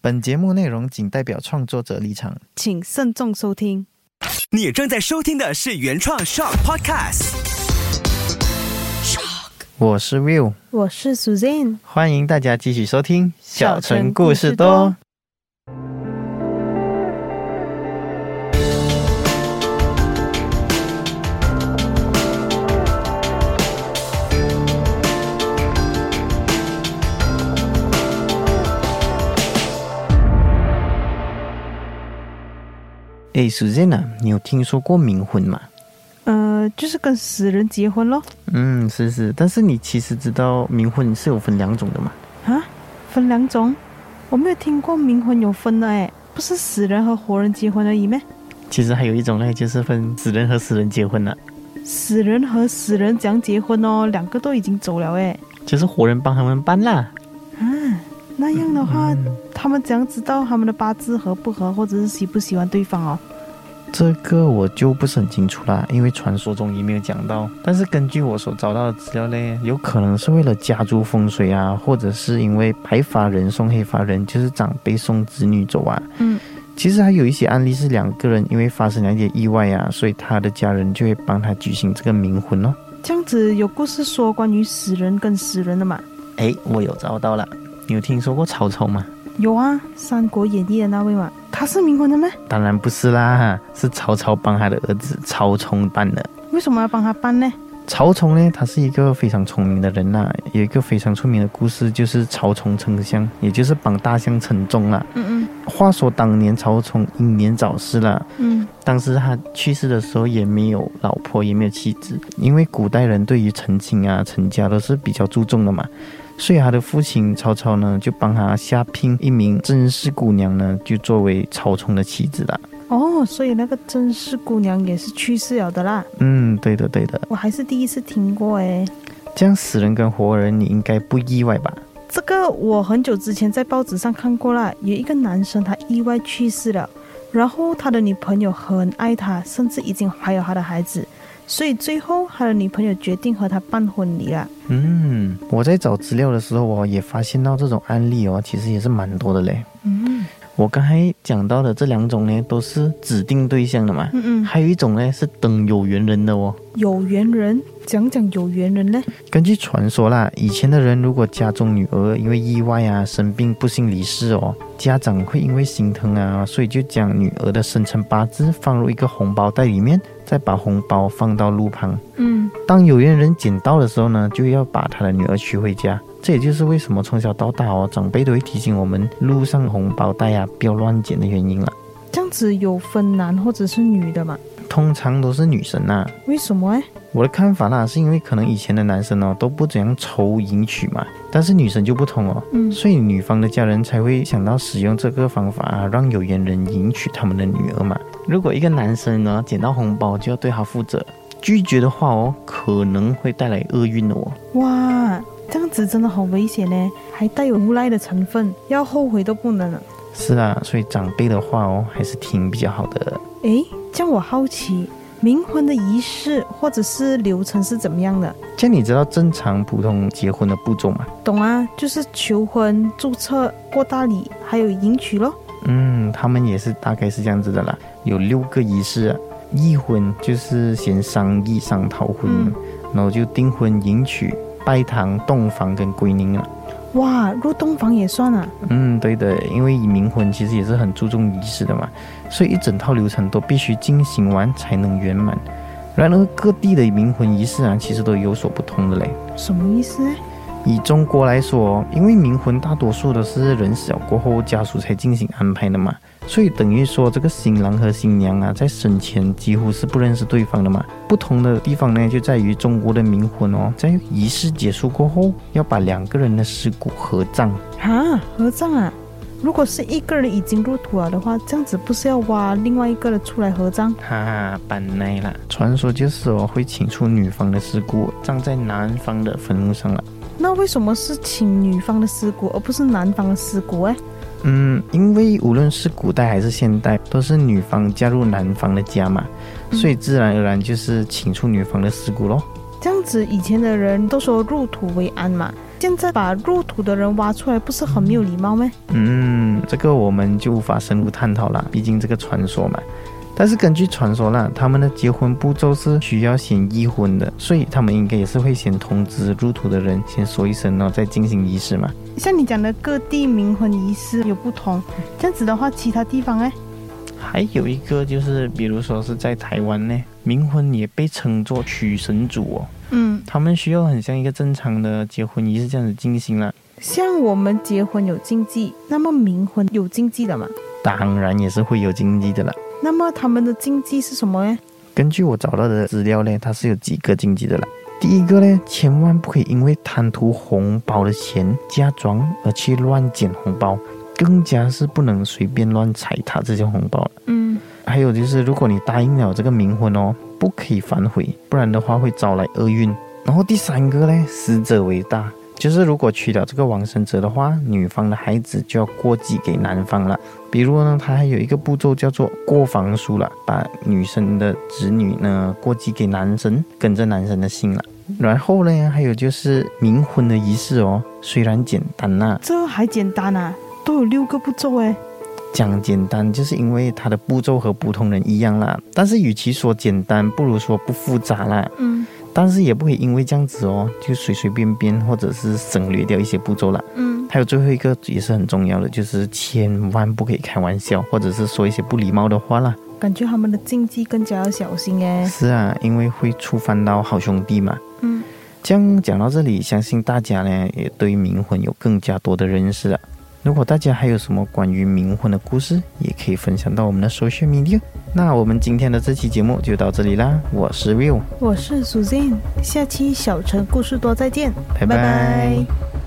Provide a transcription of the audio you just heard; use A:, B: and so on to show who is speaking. A: 本节目内容仅代表创作者立场。
B: 请慎重收听。
C: 你正在收听的是原创 Shock Podcast。
A: 我是 Will，
B: 我是 Suzanne，
A: 欢迎大家继续收听《
B: 小城故事多》。
A: 哎，Susanna，你有听说过冥婚吗？
B: 呃，就是跟死人结婚咯。
A: 嗯，是是，但是你其实知道冥婚是有分两种的嘛？
B: 啊，分两种，我没有听过冥婚有分的哎，不是死人和活人结婚而已咩？
A: 其实还有一种呢，就是分死人和死人结婚了，
B: 死人和死人怎样结婚哦？两个都已经走了哎。
A: 就是活人帮他们办啦。
B: 啊，嗯那样的话，他们怎样知道他们的八字合不合，或者是喜不喜欢对方哦？
A: 这个我就不是很清楚啦，因为传说中也没有讲到。但是根据我所找到的资料嘞，有可能是为了家族风水啊，或者是因为白发人送黑发人，就是长辈送子女走啊。
B: 嗯，
A: 其实还有一些案例是两个人因为发生了一点意外啊，所以他的家人就会帮他举行这个冥婚哦。
B: 这样子有故事说关于死人跟死人的嘛？
A: 诶，哎我有找到了，你有听说过曹操吗？
B: 有啊，《三国演义》的那位嘛，他是冥婚的咩？
A: 当然不是啦，是曹操帮他的儿子曹冲办的。
B: 为什么要帮他搬呢？
A: 曹冲呢，他是一个非常聪明的人啦、有一个非常出名的故事就是曹冲称象，也就是帮大象称重啦。
B: 嗯
A: 话说当年曹冲英年早逝啦，
B: 嗯嗯。
A: 当时他去世的时候也没有老婆，也没有妻子，因为古代人对于成亲啊、成家都是比较注重的嘛，所以他的父亲曹操呢就帮他下聘一名甄氏姑娘呢，就作为曹冲的妻子啦。
B: 哦，所以那个甄氏姑娘也是去世了的啦，
A: 嗯，对的对的，
B: 我还是第一次听过诶。
A: 这样死人跟活人你应该不意外吧？
B: 这个我很久之前在报纸上看过啦，有一个男生他意外去世了，然后他的女朋友很爱他，甚至已经怀有他的孩子，所以最后他的女朋友决定和他办婚礼啦。
A: 嗯，我在找资料的时候哦，也发现到这种案例哦，其实也是蛮多的嘞。
B: 嗯
A: 我刚才讲到的这两种呢，都是指定对象的嘛，
B: 嗯嗯，
A: 还有一种呢是等有缘人的哦。
B: 有缘人，讲讲有缘人呢？
A: 根据传说啦，以前的人如果家中女儿因为意外啊生病不幸离世哦，家长会因为心疼啊，所以就将女儿的生辰八字放入一个红包袋里面，再把红包放到路旁。
B: 嗯，
A: 当有缘人捡到的时候呢，就要把他的女儿娶回家。这也就是为什么从小到大哦，长辈都会提醒我们路上红包袋啊不要乱捡的原因了。
B: 这样子有分男或者是女的嘛？
A: 通常都是女生啊呐、
B: 为什么诶？
A: 我的看法啦，是因为可能以前的男生哦都不怎样愁迎娶嘛，但是女生就不同哦，
B: 嗯
A: 所以女方的家人才会想到使用这个方法啊，让有缘人迎娶他们的女儿嘛。如果一个男生呢捡到红包就要对他负责，拒绝的话哦，可能会带来厄运的哦。
B: 哇，这样子真的很危险呢，还带有无赖的成分，要后悔都不能了。
A: 是啊，所以长辈的话哦，还是听比较好的。
B: 诶，这样我好奇，冥婚的仪式或者是流程是怎么样的？
A: 这样你知道正常普通结婚的步骤吗？
B: 懂啊，就是求婚、注册、过大礼，还有迎娶咯。
A: 嗯，他们也是大概是这样子的啦，有六个仪式、啊。议婚就是先商议商讨婚姻，
B: 嗯
A: 然后就订婚、迎娶、拜堂、洞房跟归宁了。
B: 哇，入洞房也算啊？
A: 嗯，对的，因为冥婚其实也是很注重仪式的嘛，所以一整套流程都必须进行完才能圆满。然而，各地的冥婚仪式啊，其实都有所不同的嘞。
B: 什么意思呢？
A: 以中国来说，因为冥婚大多数都是人死了过后家属才进行安排的嘛，所以等于说这个新郎和新娘啊，在生前几乎是不认识对方的嘛。不同的地方呢，就在于中国的冥婚哦，在仪式结束过后，要把两个人的尸骨合葬。
B: 啊，合葬啊？如果是一个人已经入土了的话，这样子不是要挖另外一个人出来合葬？
A: 哈哈，板奈啦！传说就是哦，会请出女方的尸骨，葬在男方的坟墓上了。啊
B: 那为什么是请女方的尸骨，而不是男方的啊尸骨？诶？
A: 嗯，因为无论是古代还是现代，都是女方加入男方的家嘛，
B: 嗯
A: 所以自然而然就是请出女方的尸骨咯。
B: 这样子，以前的人都说入土为安嘛，现在把入土的人挖出来，不是很没有礼貌吗？
A: 嗯，这个我们就无法深入探讨了，毕竟这个传说嘛。但是根据传说啦，他们的结婚步骤是需要先议婚的，所以他们应该也是会先通知入土的人，先说一声，然后再进行仪式嘛。
B: 像你讲的各地冥婚仪式有不同，这样子的话，其他地方哎，
A: 还有一个就是，比如说是在台湾呢，冥婚也被称作娶神主哦，
B: 嗯，
A: 他们需要很像一个正常的结婚仪式这样子进行啦。
B: 像我们结婚有禁忌，那么冥婚有禁忌的嘛？
A: 当然也是会有禁忌的啦。
B: 那么他们的禁忌是什么呢？
A: 根据我找到的资料呢，它是有几个禁忌的啦。第一个呢，千万不可以因为贪图红包的钱嫁妆而去乱捡红包，更加是不能随便乱踩踏这些红包了。
B: 嗯，
A: 还有就是，如果你答应了这个冥婚哦，不可以反悔，不然的话会招来厄运。然后第三个呢，死者为大，就是如果娶了这个亡生者的话，女方的孩子就要过继给男方了。比如呢，它还有一个步骤叫做过房书了，把女生的子女呢过继给男生，跟着男生的姓了。然后呢，还有就是冥婚的仪式哦，虽然简单呐、
B: 这还简单啊，都有六个步骤哎。
A: 讲简单，就是因为它的步骤和普通人一样啦。但是与其说简单，不如说不复杂啦。
B: 嗯
A: 但是也不会因为这样子哦，就随随便便或者是省略掉一些步骤啦。
B: 嗯，
A: 还有最后一个也是很重要的，就是千万不可以开玩笑，或者是说一些不礼貌的话啦。
B: 感觉他们的禁忌更加要小心哎。
A: 是啊，因为会触犯到好兄弟嘛。
B: 嗯，
A: 这样讲到这里，相信大家呢也对冥婚有更加多的认识了。如果大家还有什么关于冥婚的故事，也可以分享到我们的 social media。那我们今天的这期节目就到这里啦，我是 Will，
B: 我是 Suzanne，下期小城故事多再见，
A: 拜拜
B: 拜